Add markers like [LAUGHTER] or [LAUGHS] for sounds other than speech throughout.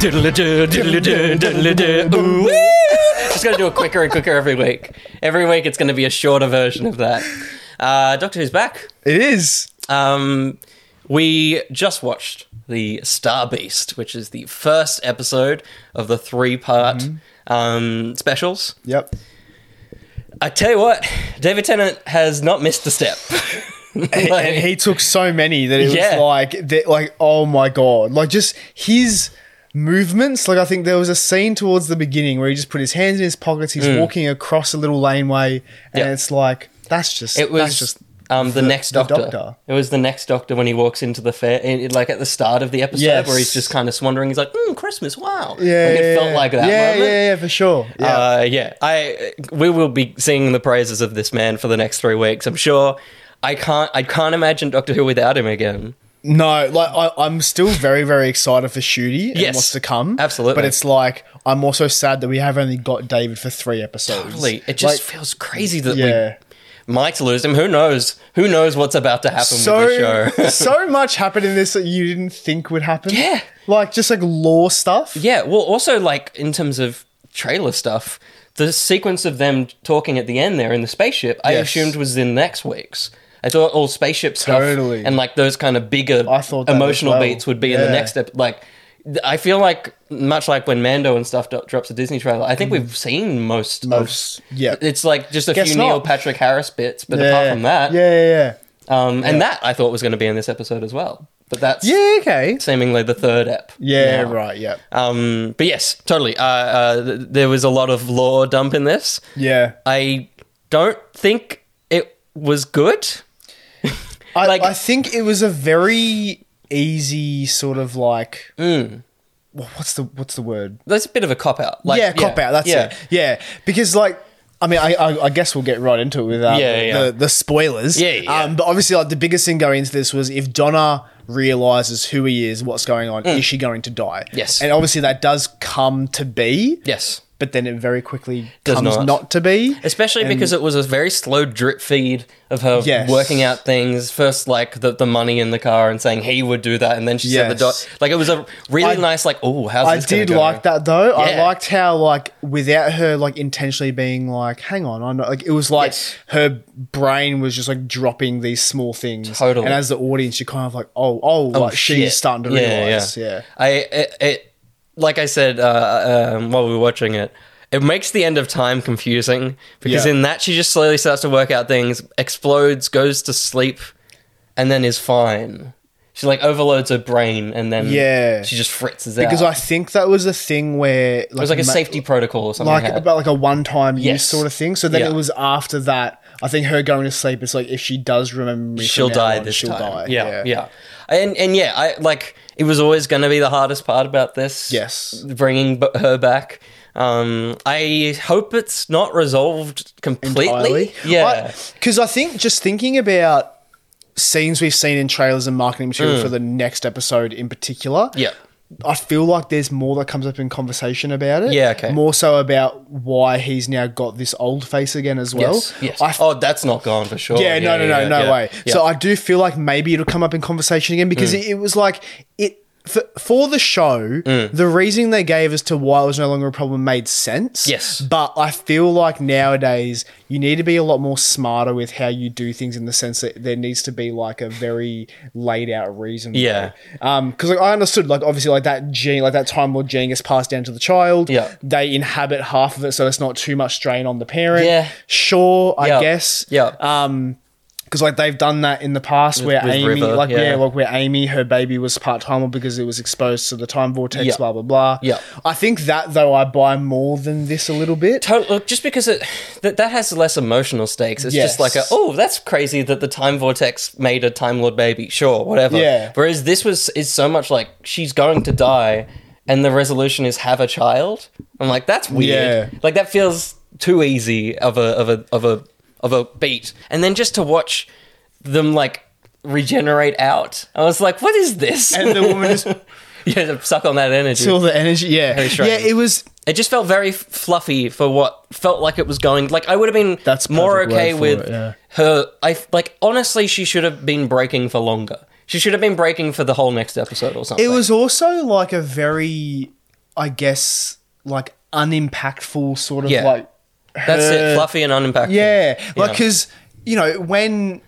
Diddle-a-doo, diddle-a-doo, diddle-a-doo, ooh, wee. Just going to do it quicker and quicker every week. Every week it's going to be a shorter version of that. Uh, Doctor Who's back. It is. Um, we just watched the Star Beast, which is the first episode of the three-part um, specials. Yep. I tell you what, David Tennant has not missed a step. Like- and he took so many that it Yeah. was like that like oh my god like just his movements like i think there was a scene towards the beginning where he just put his hands in his pockets he's walking across a little laneway and Mm. Yeah. it's like that's just It was that's just um, the, the- next the doctor. Doctor. It was the next doctor when he walks into the fair, in, in- like at the start of the episode, Yes. where he's just kind of swandering. He's like, mm, "Christmas, wow!" yeah, like, it yeah, felt yeah. like that yeah moment. yeah yeah for sure yeah Uh, yeah, I we will be singing the praises of this man for the next three weeks. I'm sure. I can't. I can't imagine Doctor Who without him again. No, like I, I'm still very, very excited for Shooty and Yes, what's to come. absolutely. but it's like I'm also sad that we have only got David for three episodes. Really, it just Like, feels crazy that yeah. we might lose him. Who knows? Who knows what's about to happen with so the show? [LAUGHS] so much happened in this that you didn't think would happen. Yeah. like just like law stuff. Yeah, well, also like in terms of trailer stuff, the sequence of them talking at the end there in the spaceship, I Yes. assumed was in next week's. I thought all spaceship stuff Totally. and like those kind of bigger I thought that emotional as well. beats would be in the Yeah. next ep- like. th- I feel like much like when Mando and stuff do- drops a Disney trailer, I think we've seen most. of- Mm. Most, yeah. it's like just a Guess few not. Neil Patrick Harris bits, but yeah. apart from that, yeah, yeah, um, and that I thought was going to be in this episode as well. But that's yeah. yeah okay. seemingly the third ep. Yeah, now. right. Yeah, Um, but yes, totally. Uh, uh, th- there was a lot of lore dump in this. yeah. I don't think it was good. I, Like- I think it was a very easy sort of like. Mm. Wha- What's the what's the word? That's a bit of a cop out. Like, yeah, cop out. That's yeah. it. Yeah, because like. I mean, I, I, I guess we'll get right into it without Yeah, yeah. The, the spoilers. Yeah, yeah. Um, but obviously, like the biggest thing going into this was if Donna realizes who he is, what's going on, is she going to die? Mm. Yes. And obviously, that does come to be. Yes. But then it very quickly Does comes not. not. to be. Especially because it was a very slow drip feed of her Yes. working out things. First, like the, the money in the car and saying he would do that, and then she said the Yes. dot. Like it was a really I- nice, like, oh, how's I this gonna did go? like that though. I Yeah. liked how like without her like intentionally being like, hang on, I'm not, like it was like Yes. her brain was just like dropping these small things. Totally. And as the audience, you're kind of like, oh, oh, Oh, like shit. she's starting to realize, yeah. I it, it like I said uh, um, while we were watching it. It makes the end of time confusing because Yeah. in that she just slowly starts to work out things, explodes, goes to sleep, and then is fine. She like overloads her brain and then Yeah. she just fritzes out. Because I think that was a thing where like, it was like a ma- safety protocol or something. like Like about like a one-time use Yes. sort of thing. So then Yeah. it was after that. I think her going to sleep. It's like if she does remember, me from she'll now die on, this she'll time. die. Yeah, yeah, and and yeah, I like it was always going to be the hardest part about this. Yes. bringing b- her back. Um, I hope it's not resolved completely. Yeah, Because I think just thinking about scenes we've seen in trailers and marketing material for the next episode in particular. Mm. yeah, I feel like there's more that comes up in conversation about it. Yeah, okay. More so about why he's now got this old face again as well. yes, yes. I f- oh, that's not gone for sure. yeah, no, no, no, yeah, no yeah. way. Yeah. Mm. So I do feel like maybe it'll come up in conversation again because it, it was like it for, for the show. Mm. The reasoning they gave as to why it was no longer a problem made sense. Yes. but I feel like nowadays you need to be a lot more smarter with how you do things in the sense that there needs to be like a very laid out reason. for Yeah. it. Um, because like I understood, like obviously, like that gene, like that Time Lord gene gets passed down to the child. Yeah. they inhabit half of it, so it's not too much strain on the parent. Yeah. sure, I Yeah. guess. Yeah. Um, because like they've done that in the past where with Amy, River, like yeah. yeah. like where Amy, her baby was part timer because it was exposed to the time vortex, Yeah. blah blah blah. Yeah. I think that though I buy more than this a little bit. Tot- look, just because it that, that has less emotional stakes, it's just Yes. like a oh, that's crazy that the time vortex made a time lord baby. Sure, whatever. Yeah. Whereas this was is so much like she's going to die, and the resolution is have a child. I'm like that's weird. Yeah. Like that feels too easy of a of a of a of a beat, and then just to watch them like regenerate out, I was like, what is this? [LAUGHS] And the woman just [LAUGHS] yeah, suck on that energy. feel the energy. Yeah, strange. yeah. It was It just felt very f- fluffy for what felt like it was going. Like I would have been That's more perfect okay word for with it, yeah. her. I f- like honestly, she should have been breaking for longer. She should have been breaking for the whole next episode or something. It was also like a very I guess, like unimpactful sort of Yeah. like. That's her- it, fluffy and unimpactful. Yeah, like Yeah. because you know when,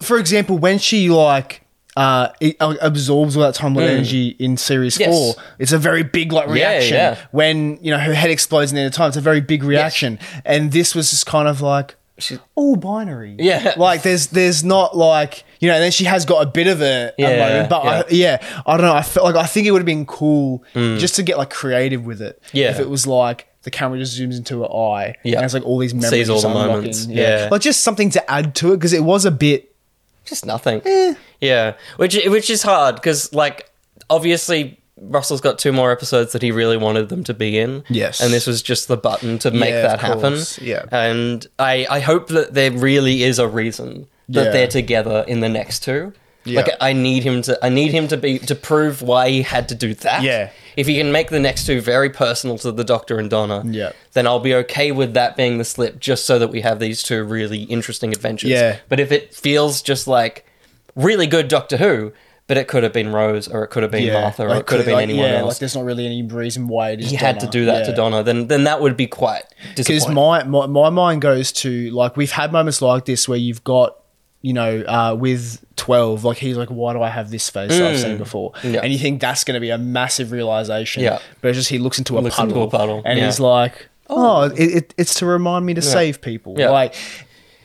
for example, when she like uh it, uh, absorbs all that time lord energy in series Hmm. Yes. four, it's a very big like reaction. yeah. When you know her head explodes in the end of time, it's a very big reaction. And this was just kind of like She- all binary. Yeah. like there's there's not like you know. And then she has got a bit of a, a Yeah, Hmm. moment, but I, yeah, I don't know. I felt like I think it would have been cool just to get like creative with it. Yeah. if it was like. The camera just zooms into her eye. Yeah. and it's like all these memories Sees all the unlocking, moments, yeah. like just something to add to it because it was a bit. just nothing. Eh. Yeah, which which is hard because like obviously Russell's got two more episodes that he really wanted them to be in. Yes. and this was just the button to make Yeah, that of happen. course. Yeah. and I I hope that there really is a reason that Yeah. they're together in the next two. Yeah. Like I need him to I need him to be to prove why he had to do that. Yeah. If he can make the next two very personal to the Doctor and Donna, Yeah. then I'll be okay with that being the slip just so that we have these two really interesting adventures. Yeah. But if it feels just like really good Doctor Who, but it could have been Rose or it could have been Martha or like, it could have been like, anyone yeah, Like else. there's not really any reason why it is he had to do that to Donna, then then that would be quite Because disappointing. my, my my mind goes to like we've had moments like this where you've got you know uh, with twelve like he's like why do I have this face that I've seen before Mm. Yeah. and you think that's going to be a massive realization Yeah. but it's just he looks into a, Looks puddle, into a puddle, and yeah. he's like oh it, it, it's to remind me to save people Yeah. like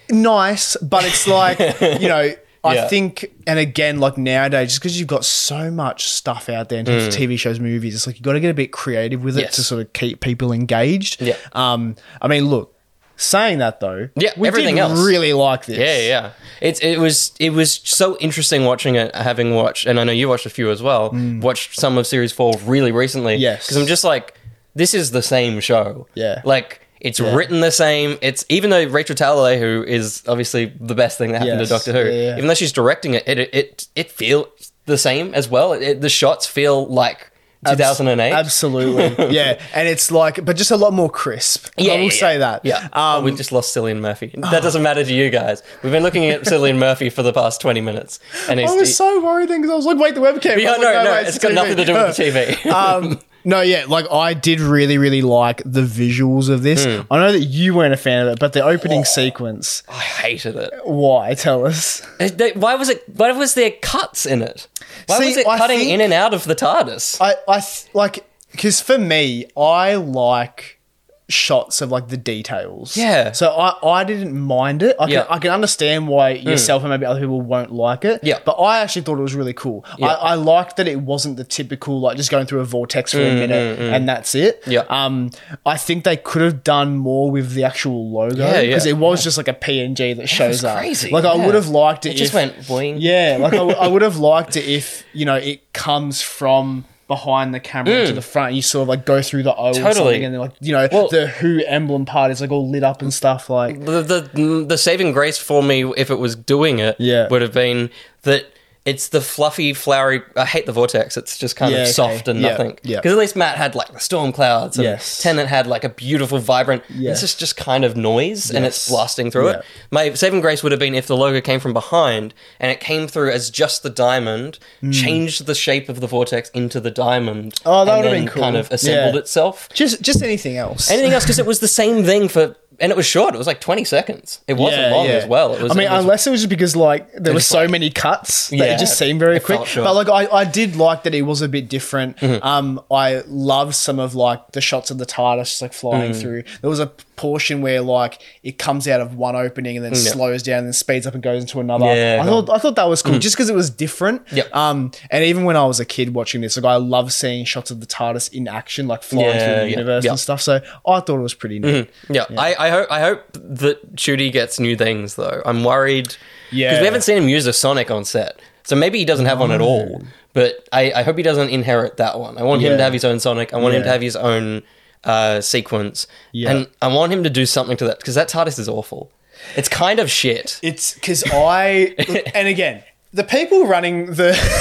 nice but [LAUGHS] it's like you know. I Yeah. think, and again, like nowadays, just because you've got so much stuff out there in terms of TV shows, movies, it's like you've got to get a bit creative with it Mm. Yes. to sort of keep people engaged. Yeah. Um, I mean, look, saying that though, Yeah, we everything did else. really like this. Yeah, yeah, yeah. It's it was it was so interesting watching it, having watched, and I know you watched a few as well. Watched some of series four really recently. Mm. Yes. because I'm just like, this is the same show. Yeah. like it's written the same. It's even though Rachel Talalay, who is obviously the best thing that happened Yes. to Doctor Who, Yeah, yeah. even though she's directing it, it it it feels the same as well. It, the shots feel like 2008. [LAUGHS] Absolutely. yeah. And it's like, but just a lot more crisp. Yeah, I will yeah, say yeah. that. Um, Yeah, Oh, we just lost Cillian Murphy. That doesn't matter to you guys. We've been looking [LAUGHS] at Cillian Murphy for the past twenty minutes, and he's I was so worried then because I was like, wait, the webcam. yeah, no, I was no, like, wait, it's the got nothing to do [LAUGHS] with the TV. TV. um, no, yeah, like I did really, really like the visuals of this. I know that you weren't a fan of it, but the opening sequence, I hated it. why? Tell us. It- they- Why was it? Why was there cuts in it? Why See, was it I cutting think- in and out of the TARDIS? I, I th- like because for me, I like shots of like the details. Yeah. So I, I didn't mind it. I can, Yeah. Mm. I can understand why yourself and maybe other people won't like it. Yeah. But I actually thought it was really cool. I, I liked that it wasn't the typical like just going through a vortex for a minute and that's it. Mm, Yeah. Um, I think they could have done more with the actual logo Yeah, yeah. because it was just like a PNG that shows up. crazy, Like I yeah. would have liked it. it just if- went boing. yeah, like I, w- [LAUGHS] I would have liked it if you know it comes from behind the camera to the front. You sort of like go through the O or Mm. Totally. something, and then like you know Well- the Who emblem part is like all lit up and stuff. Like The, the the saving grace for me, if it was doing it, Yeah. would have been that it's the fluffy, flowery. I hate the vortex. It's just kind Yeah, of okay. soft and Yeah, nothing. yeah. Because at least Matt had like the storm clouds. And Yes. Tennant had like a beautiful, vibrant. Yes. This is just kind of noise, and it's Yes. blasting through Yeah. it. My saving grace would have been if the logo came from behind and it came through as just the diamond, changed the shape of the vortex into the diamond. Mm. Oh, that and would have then been cool. Kind of assembled Yeah. itself. just just anything else. Anything else? Because it was the same thing for, and it was short. It was like twenty seconds. It wasn't Yeah, long yeah. as well. It was. I mean, it was- unless it was just because like there were was so many cuts that Yeah, it just seemed very it quick. felt Mm-hmm. short. But like I, I did like that it was a bit different. Um, I loved some of like the shots of the TARDIS just, like flying Mm. through. There was a portion where like it comes out of one opening and then slows down and then speeds up and goes into another. Mm, Yeah. Mm. I thought I thought that was cool just because it was different. Yep. Um, and even when I was a kid watching this, like I love seeing shots of the TARDIS in action, like flying Yeah, through the yeah, Mm-hmm. universe yeah. and stuff. So I thought it was pretty neat. yeah, I, I hope I hope that Judy gets new things though. I'm worried. Yeah. because we haven't seen him use a Sonic on set, so maybe he doesn't have one at all. But I, I hope he doesn't inherit that one. I want him Yeah. to have his own Sonic. I want him to Yeah. have his own uh, sequence, Yeah. and I want him to do something to that because that TARDIS is awful. It's kind of shit. It's because I [LAUGHS] and again the people running the [LAUGHS]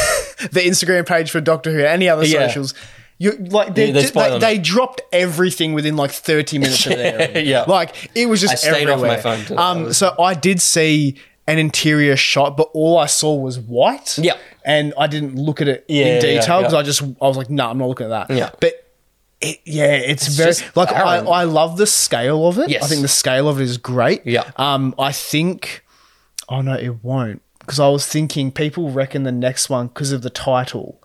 the Instagram page for Doctor Who and any other Yeah. socials. You like they, Yeah, they're ju- spoiling they, it. they dropped everything within like thirty minutes of their [LAUGHS] end. Yeah. like it was just I stayed off my everywhere. phone till- Um, so I did see an interior shot, but all I saw was white. Yeah. and I didn't look at it Yeah, in yeah, detail yeah. because I just I was like, no, nah, I'm not looking at that. Yeah. but it, yeah, it's, very just like I, barren. I love the scale of it. Yes. I think the scale of it is great. Yeah. Um, I think. Oh no, it won't. Because I was thinking, people reckon the next one, because of the title,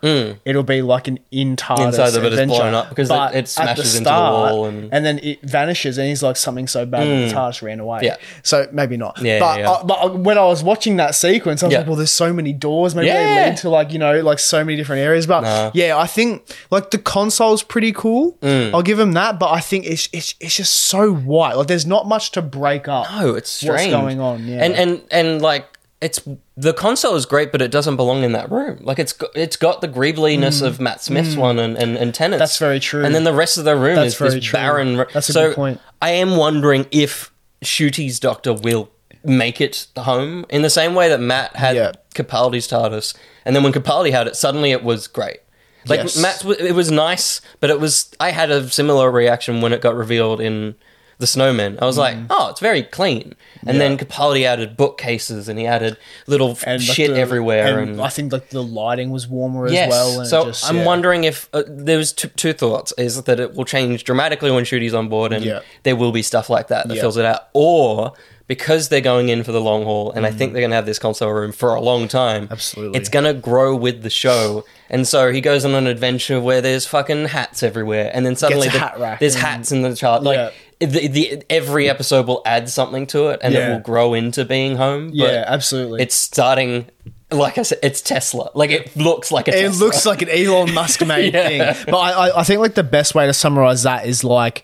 it'll be like an in TARDIS Hmm. Inside of it is adventure. blown up 'cause it- But it at the smashes into the wall and- Hmm. then it vanishes, and he's like something so bad that the TARDIS ran away. Yeah. So maybe not. Yeah, But yeah, yeah. I- but when I was watching that sequence, I was Yeah. like, well, there's so many doors. Maybe Yeah. they lead to like you know like so many different areas. But yeah, I think like the console's pretty cool. Hmm. I'll give them that. But I think it's it's it's just so white. Like there's not much to break up. Oh, it's What's strange. going on, yeah. And and and like it's the console is great, but it doesn't belong in that room. Like it's got, it's got the greebliness of Matt Smith's one and and, and Tennant's. Mm. That's very true. And then the rest of the room That's is this very true. barren. ro- That's a so good point. I am wondering if Shooty's Doctor will make it home in the same way that Matt had Yeah. Capaldi's TARDIS, and then when Capaldi had it, suddenly it was great. Like Yes. Matt's, w- it was nice, but it was. I had a similar reaction when it got revealed in the Snowman. I was like, Mm. "Oh, it's very clean." And then Capaldi added bookcases, and he added little f- like, shit the- everywhere, and, And, I think like the lighting was warmer yes. as well. And it so just- I'm yeah. wondering if uh, there was two, two thoughts: is that it will change dramatically when Shooty's on board, and Yeah. there will be stuff like that that Yeah. fills it out, or because they're going in for the long haul, and I think they're going to have this console room for a long time. Mm. Absolutely. it's going to grow with the show, and so he goes on an adventure where there's fucking hats everywhere, and then suddenly a the- hat rack there's and- hats in the chart. Like the, the every episode will add something to it, and it Yeah. will grow into being home. but- Yeah, absolutely. it's starting like I said, it's Tesla. Like it looks like a it Tesla. looks like an [LAUGHS] Elon Musk made Yeah. thing. But I, I, I think like the best way to summarize that is like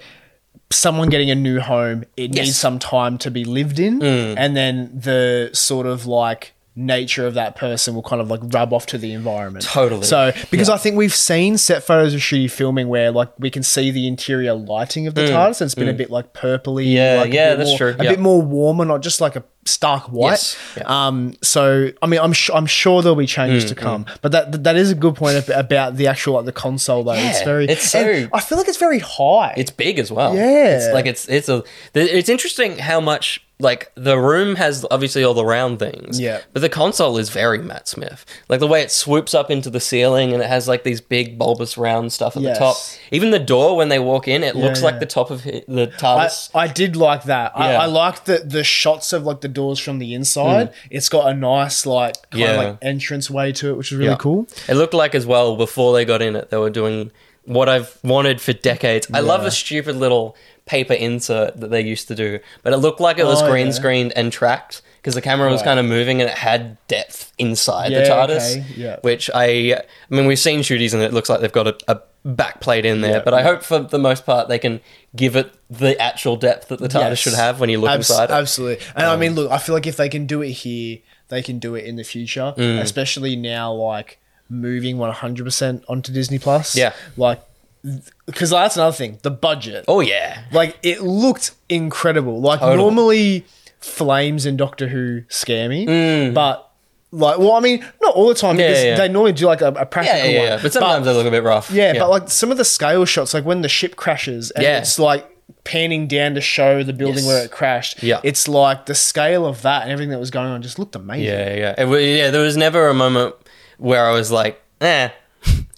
someone getting a new home. It Yes. Mm. needs some time to be lived in, and then the sort of like nature of that person will kind of like rub off to the environment. Totally. So because I think we've seen set photos of shitty filming where like we can see the interior lighting of the TARDIS and it's been a bit like purpley. Mm. Yeah, like, a yeah, bit that's more- true, A yeah. bit more warmer, not just like a stark white. Yes, yeah. Mm, Um, so I mean, I'm su- I'm sure there'll be changes to come, but that that- that is a good point ab- about the actual like the console though. it's Yeah, very, it's so- and I feel like it's very high. it's big as well. Yeah. it's like it's it's a. th- It's interesting how much like the room has obviously all the round things. Yeah. but the console is very Matt Smith. Like the way it swoops up into the ceiling and it has like these big bulbous round stuff at Yes. the top. Even the door when they walk in, it looks like yeah. the top of hi- the I, TARDIS. I did like that. Yeah. Mm. I, I liked the the shots of like the doors from the inside. It's got a nice like kind Yeah. of like entrance way to it, which is really Yeah. cool. It looked like as well before they got in it, they were doing what I've wanted for decades. I love the stupid little paper insert that they used to do, but it looked like it was Oh, green yeah. screened and tracked because the camera was Right. kind of moving and it had depth inside the Yeah, TARDIS. okay, yeah. Which I, I mean, we've seen shooties and it looks like they've got a, a back plate in there, Yeah, but I hope for the most part they can give it the actual depth that the TARDIS Yes. should have when you look Abs- inside. it. Um, Absolutely. And I mean, look, I feel like if they can do it here, they can do it in the future, Mm. especially now, like moving 100% onto Disney Plus. Yeah. Like, because that's another thing the budget. Oh yeah, Like, it looked incredible. Like, Totally. normally Flames and Doctor Who scare me, but. Like, well, I mean, not all the time Mm. Yeah, because yeah. they normally do like a, a yeah, practical yeah, yeah. one. But sometimes they look a bit rough. Yeah, but like some of the scale shots, like when the ship crashes and Yeah. it's like panning down to show the building Yes. where it crashed. Yeah. It's like the scale of that and everything that was going on just looked amazing. Yeah, yeah. It, wa- yeah, there was never a moment where I was like, eh. [LAUGHS]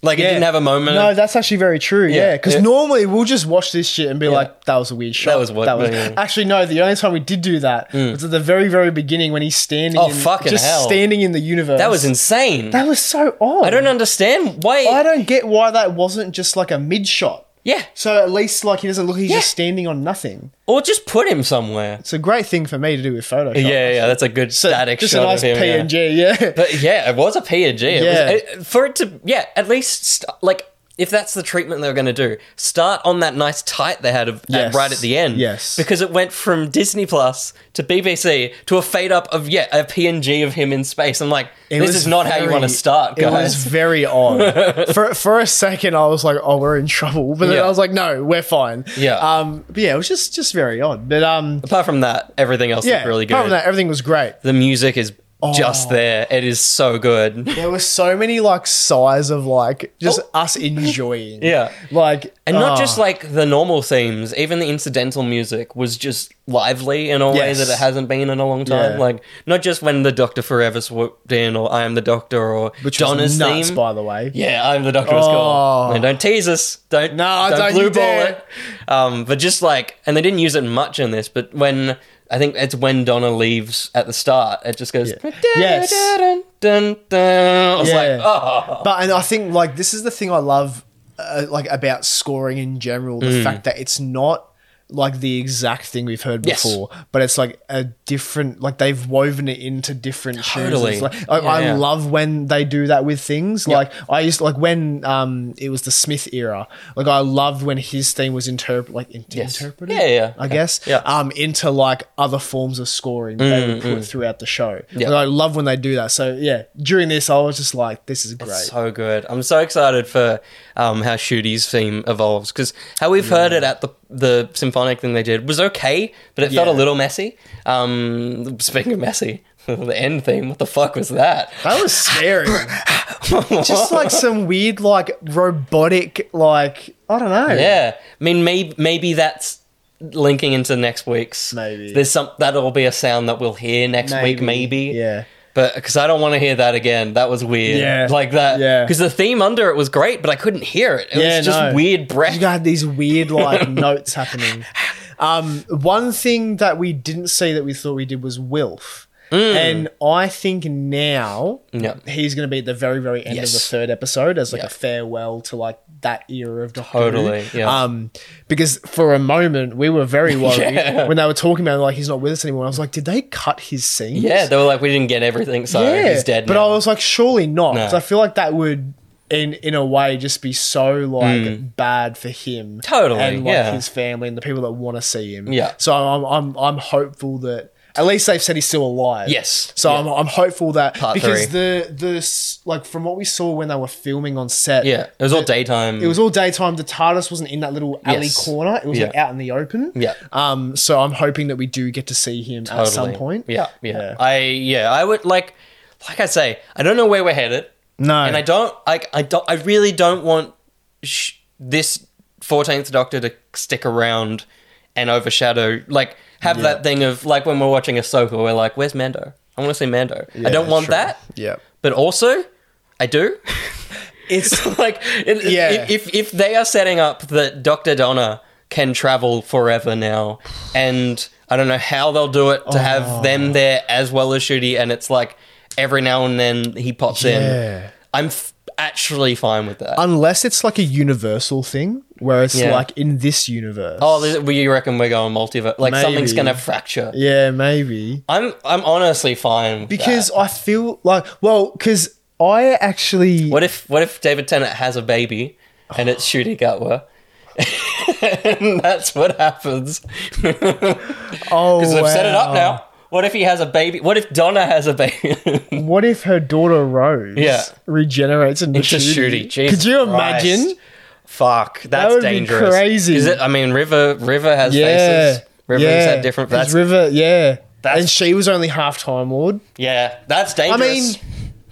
Like, it didn't have a moment. No, that's actually very true. Yeah. Yeah, because Yeah. normally we'll just watch this shit and be like, "That was a weird shot." was what- yeah. [LAUGHS] Actually, no. The only time we did do that was at the very, very beginning when he's standing. Oh, in, fucking Just hell. standing in the universe. that was insane. That was so odd. I don't understand why. I don't get why that wasn't just like a mid shot. yeah. So at least like he doesn't look. He's Yeah. just standing on nothing. Or just put him somewhere. It's a great thing for me to do with Photoshop. Yeah, yeah. That's a good So, static just shot a nice of him. yeah. PNG. Yeah, But yeah, it was a PNG. It Yeah. was, it, for it to, yeah, at least, st- like, if that's the treatment they're going to do, start on that nice tight they had of, at- Yes. right at the end. Yes. Because it went from Disney Plus to BBC to a fade up of, yeah, a PNG of him in space. I'm like, It this was is not how you very- want to start, guys. It was very [LAUGHS] odd. for for a second, I was like, "Oh, we're in trouble," but then Yeah. I was like, "No, we're fine." Yeah. Um. But yeah, it was just just very odd. But um. Apart from that, everything else Yeah. is really good. Apart from that, everything was great. the music is Oh. just there. It is so good. There were so many like sighs of like just us enjoying. Oh. [LAUGHS] Yeah. Like And not ah, just like the normal themes, even the incidental music was just lively in a way Yes. that it hasn't been in a long time. Yeah. Like not just when the Doctor Forever swooped in, or I am the Doctor, or which was Donna's nuts, theme. by the way. yeah, I'm the Doctor was Oh. cool. No, don't tease us. Don't No, don't, don't you blue ball dare. it. Um, but just like, and they didn't use it much in this, but when I think it's when Donna leaves at the start, it just goes. Yes. Dun, dun. I was Yeah. like, oh, [LAUGHS] But and I think like this is the thing I love uh, like about scoring in general, the Mm. fact that it's not like the exact thing we've heard Yes. before, but it's like a different like they've woven it into different Totally. tunes. It's Like, I, Yeah, I yeah. love when they do that with things. Like I used like when um it was the Smith era. Like I loved when his theme was interpret like in- Yes. interpreted. Yeah, yeah, I okay. guess Yeah. um into like other forms of scoring that they would put throughout the show. Mm, Yeah. Like, I love when they do that. So yeah, during this I was just like, this is great. so good. I'm so excited for um, how Shooty's theme evolves because how we've heard Mm. it at the the symphonic thing they did was okay, but it felt Yeah. a little messy. Um, speaking of messy, [LAUGHS] the end theme, what the fuck was that? That was scary. [LAUGHS] Just like some weird, like robotic, like I don't know. Yeah, I mean, maybe maybe that's linking into next week's. Maybe. there's some that'll be a sound that we'll hear next week. Maybe. Yeah. But because I don't want to hear that again, that was weird. Yeah. like that. Yeah. because the theme under it was great, but I couldn't hear it. It Yeah, was just no. weird breath. You got these weird [LAUGHS] like notes happening. Um, one thing that we didn't see that we thought we did was Wilf. And I think now Mm. Yeah. he's going to be at the very, very end of the Yes. third episode as like Yeah. a farewell to like that era of Doctor Totally, Who. yeah. Um, because for a moment we [LAUGHS] were very worried Yeah. when they were talking about like he's not with us anymore. I was like, did they cut his scenes? Yeah, they were like, we didn't get everything, so Uh, he's dead. But now. I was like, surely not. No. 'cause I feel like that would, in in a way, just be so like bad for him. Hmm. Totally, And like yeah. his family and the people that want to see him. Yeah. So I'm I'm I'm hopeful that. At least they've said he's still alive. Yes. So I'm, I'm hopeful that Part because three. the the s- like from what we saw when they were filming on set, yeah, it was all daytime. it was all daytime. The TARDIS wasn't in that little alley Yes. corner. It was like Yeah. out in the open. Yeah. Um. So I'm hoping that we do get to see him at some point. Yeah, yeah, Yeah. I yeah, I would like, like I say, I don't know where we're headed, No. and I don't like, I don't, I really don't want sh- this Fourteenth Doctor to stick around and overshadow, like, have that thing of like when we're watching Ahsoka, we're like, where's Mando? I want to see Mando. I don't want sure. that, Yeah. but also, I [LAUGHS] do. It's like it, Yeah. if if they are setting up that Dr. Donna can travel forever now and I don't know how they'll do it to Oh. have them there as well as Shooty and it's like every now and then he pops Yeah. in. I'm f- actually fine with that. unless it's like a universal thing where it's Yeah. like in this universe. oh, this- well, you reckon we're going multiverse? Like something's Maybe. going to fracture. yeah, maybe I'm I'm honestly fine with because that. I feel like well, because I actually what if what if David Tennant has a baby and it's Shooty Gatwa? [LAUGHS] and that's what happens. [LAUGHS] oh Because they've set it up wow. now. What if he has a baby? What if Donna has a baby? [LAUGHS] What if her daughter Rose Yeah. regenerates into Just Shooty? shooty. Jesus Could you Christ. imagine? Fuck, that's would be dangerous. crazy. Is it? I mean, River River has Yeah. faces. River's yeah. had different. 'Cause That's River, yeah. That's- and she was only half Time Lord. yeah, that's I dangerous. mean,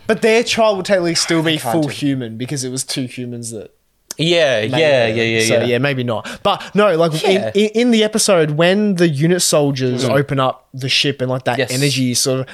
but their child would technically still be can't full do- human because it was two humans that yeah, yeah, yeah, yeah, yeah. So yeah, maybe not. But no, like Yeah. Mm. in, in, in the episode when the unit soldiers open up the ship and like that Yes. energy sort of.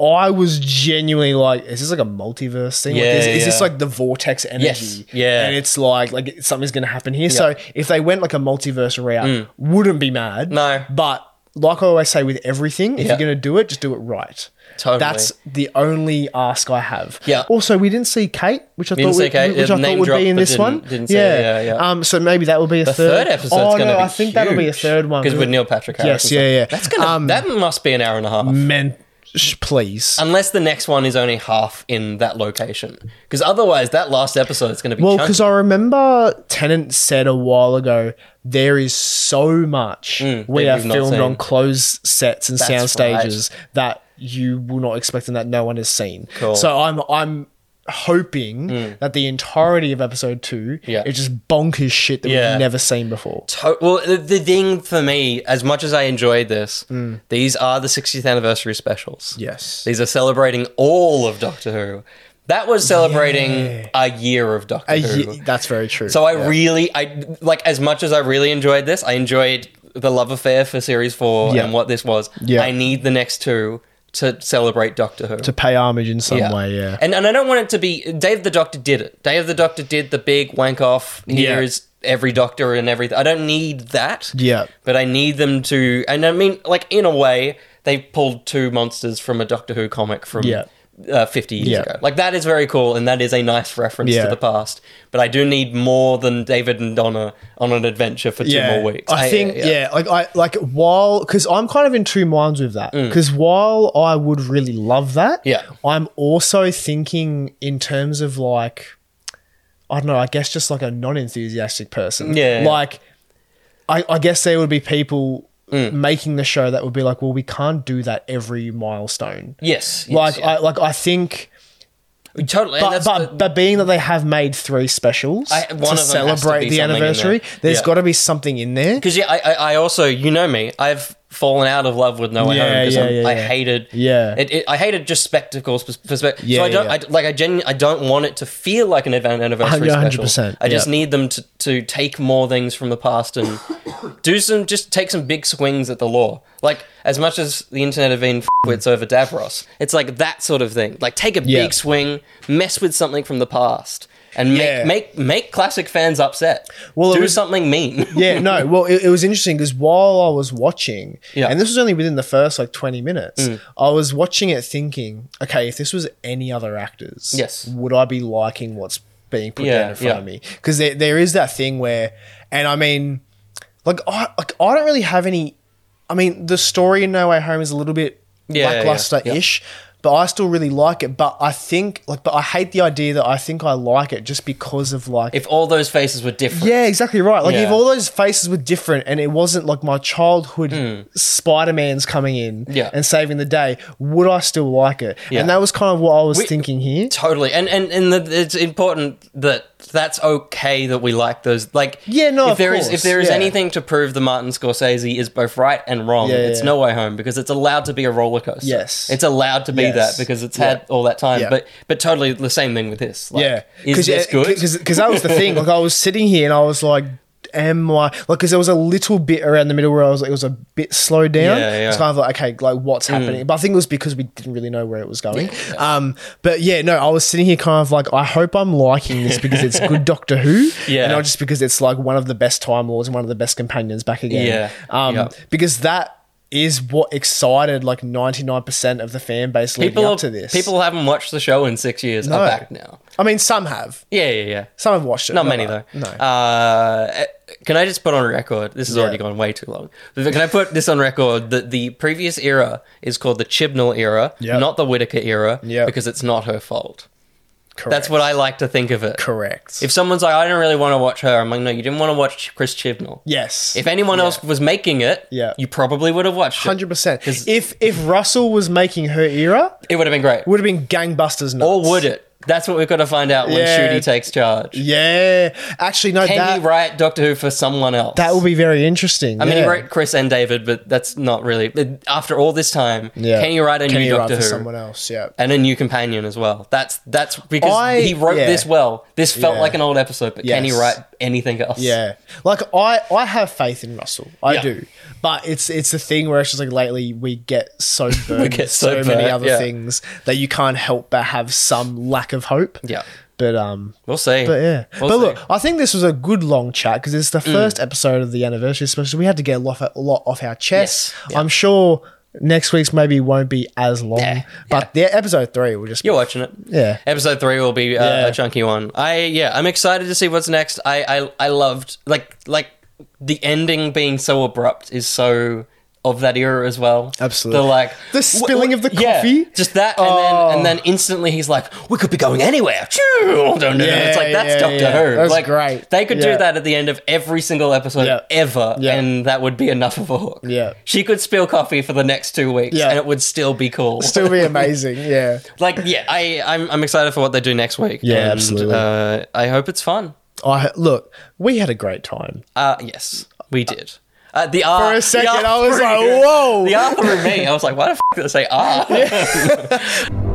I was genuinely like, is this like a multiverse thing? like, Yeah, is, is this yeah. like the vortex energy? yeah. And it's like, like something's going to happen here. So if they went like a multiverse route, wouldn't be mad. Mm. No. But like I always say with everything, if Yeah. you're going to do it, just do it right. Totally. That's the only ask I have. Yeah. Also, we didn't uh, see Kate, which I didn't thought see we- Kate. which Yeah, I thought name would drop, be in but this one. didn't- didn't see it. Yeah, yeah. Um, so maybe that will be a the third episode's going to be I think that'll be a huge. third one because with Neil Patrick Harris. Yes, and yeah, stuff. yeah. That's gonna Um, that must be an hour and a half. Man, sh- please. Unless the next one is only half in that location, because otherwise that last episode is going to be well, chunky. because I remember Tennant said a while ago there is so much we that have we've not filmed seen. on closed sets and sound That's right. stages that you will not expect and that no one has seen. So I'm I'm hoping that the entirety of episode two Yeah. is just bonkers shit that Yeah. we've never seen before. To- well, the, the thing for me, as much as I enjoyed this, these are the 60th anniversary specials. Hmm. Yes. These are celebrating all of Doctor Who. That was celebrating a year of Doctor A Who. ye- that's very true. So I Yeah. really, I like as much as I really enjoyed this. I enjoyed the love affair for series four Yeah. and what this was. Yeah. I need the next two to celebrate Doctor Who. to pay homage in some way. Yeah. And and I don't want it to be Day of the Doctor did it. Day of the Doctor did the big wank off. Yeah. Here's every Doctor and everything. I don't need that. Yeah. But I need them to. And I mean, like in a way, they pulled two monsters from a Doctor Who comic from. Yeah. Uh, 50 years Yeah. ago. Like, that is very cool, and that is a nice reference Yeah. to the past. But I do need more than David and Donna on an adventure for two yeah, more weeks. I think yeah. like I like while because I'm kind of in two minds with that because while I would really love that, Mm. Yeah. I'm also thinking in terms of like I don't know, I guess just like a non-enthusiastic person, Yeah. Like I, I guess there would be people Mm. making the show that would be like, well, we can't do that every milestone. Yes. yes, Like yeah. I like I think, totally. and but that's but, the- but being that they have made three specials I- one of them to has to celebrate be the something in there. anniversary, there's Yeah. got to be something in there. Because yeah, I, I, I also you know me, I've fallen out of love with No Way Yeah, Home because yeah, I'm yeah, I yeah. hated Yeah. it, it, I hated just spectacles for spectacles. Yeah, so I don't yeah, yeah. I, like I genu- I don't want it to feel like an advan- anniversary Hundred- hundred special. percent, I just yeah. need them to, to take more things from the past and [COUGHS] do some just take some big swings at the law. Like as much as the internet have been f***wits over Davros, it's like that sort of thing. Like take a Yeah. big swing, mess with something from the past. And make, Yeah. make make classic fans upset. Well, Well, it do was- something [LAUGHS] mean. yeah, no. Well, it, it was interesting because while I was watching, Yeah. Mm. and this was only within the first like 20 minutes, I was watching it thinking, okay, if this was any other actors, Yes. would I be liking what's being put Yeah, down in front yeah. of me? Because there, there is that thing where, and I mean, like I, like, I don't really have any. I mean, the story in No Way Home is a little bit Yeah, yeah, yeah. lackluster ish. But I still really like it. But I think, like, but I hate the idea that I think I like it just because of like if all those faces were different. Yeah, exactly right. Like if Yeah. all those faces were different and it wasn't like my childhood Spider Man's coming in Hmm. Yeah. and saving the day, would I still like it? Yeah. And that was kind of what I was thinking here. Totally, and and and the, it's important that that's okay that we like those. Like, Yeah, no, if of there is course, if there is yeah. anything to prove that Martin Scorsese is both right and wrong, Yeah, it's yeah. No Way Home because it's allowed to be a roller coaster. Yes. it's allowed to be Yes. that because it's had all that time. Yeah. But but totally the same thing with this. Like, yeah, is this good? Because that was the thing. Like I was sitting here and I was like, "Am I?" Like because there was a little bit around the middle where I was like, it was a bit slowed down. Yeah, yeah. Hmm. It's kind of like okay, like what's happening? But I think it was because we didn't really know where it was going. Um, but yeah, no, I was sitting here kind of like, I hope I'm liking this because it's [LAUGHS] good Doctor Who, Yeah. and not just because it's like one of the best Time Lords and one of the best companions back again. Yeah. um, Yeah. because that. Is what excited like ninety nine percent of the fan base leading people up are- to this. people haven't watched the show in six years. No. Are back now. I mean, some have, Yeah, yeah, yeah. some have watched it. Not No, many no, though. No. Uh, can I just put on record? This has already gone way too long. But can I put this on record that the previous era is called the Chibnall era, Yep. not the Whitaker era, Yep. because it's not her fault. Correct. That's what I like to think of it. correct. If someone's like, I don't really want to watch her, I'm like, no, you didn't want to watch Ch- Chris Chibnall. yes, If anyone else was making it, Yeah. you probably would have watched hundred it. percent. 'Cause- If if Russell was making her era, It would have been great. it would have been gangbusters. Nuts. Or would it? That's what we've got to find out when Yeah. Shooty takes charge. Yeah, actually, no. Can that he write Doctor Who for someone else? that would be very interesting. I mean, he wrote Chris and David, but that's not really. but After all this time, can you write a new Doctor for Who someone else? Yeah. and a new companion as well? That's that's because I- he wrote yeah. this well. This felt Yeah. like an old episode, but can he Yes. write anything else? Yeah, like I, I have faith in Russell, I Yeah. do. But it's it's the thing where it's just like lately we get [LAUGHS] so burdened, we get so, so many burnt, other yeah. things that you can't help but have some lack of hope. Yeah. but um, we'll see. But yeah, We'll see. but Mm. look, I think this was a good long chat because it's the first episode of the anniversary special. We had to get a lot, a lot off our chests. Yes. Yeah. I'm sure next week's maybe won't be as long, Yeah. but the episode three will just be You're watching it. Yeah. Episode three will be uh, Yeah. a chunky one. I yeah, I'm excited to see what's next. I I, I loved like like the ending being so abrupt is so of that era as well. Absolutely. The like The wh- spilling wh- of the yeah, coffee? just that, and Oh. then and then instantly he's like, "We could be going anywhere." [LAUGHS] Choo! Dun, dun, dun. it's like Yeah, that's yeah, Doctor yeah. Who. That's like, great. They could Yeah. do that at the end of every single episode Yeah. ever, Yeah. and that would be enough of a hook. Yeah. she could spill coffee for the next two weeks, Yeah. and it would still be cool. Still [LAUGHS] be amazing. Yeah. like, yeah, I I'm, I'm excited for what they do next week. Yeah, and, absolutely. Uh, I hope it's fun. I look, we had a great time. Uh, yes, we did. Uh, the R For a the second, R I was through- like, whoa. The R through me, I was like, why the f- did I say R?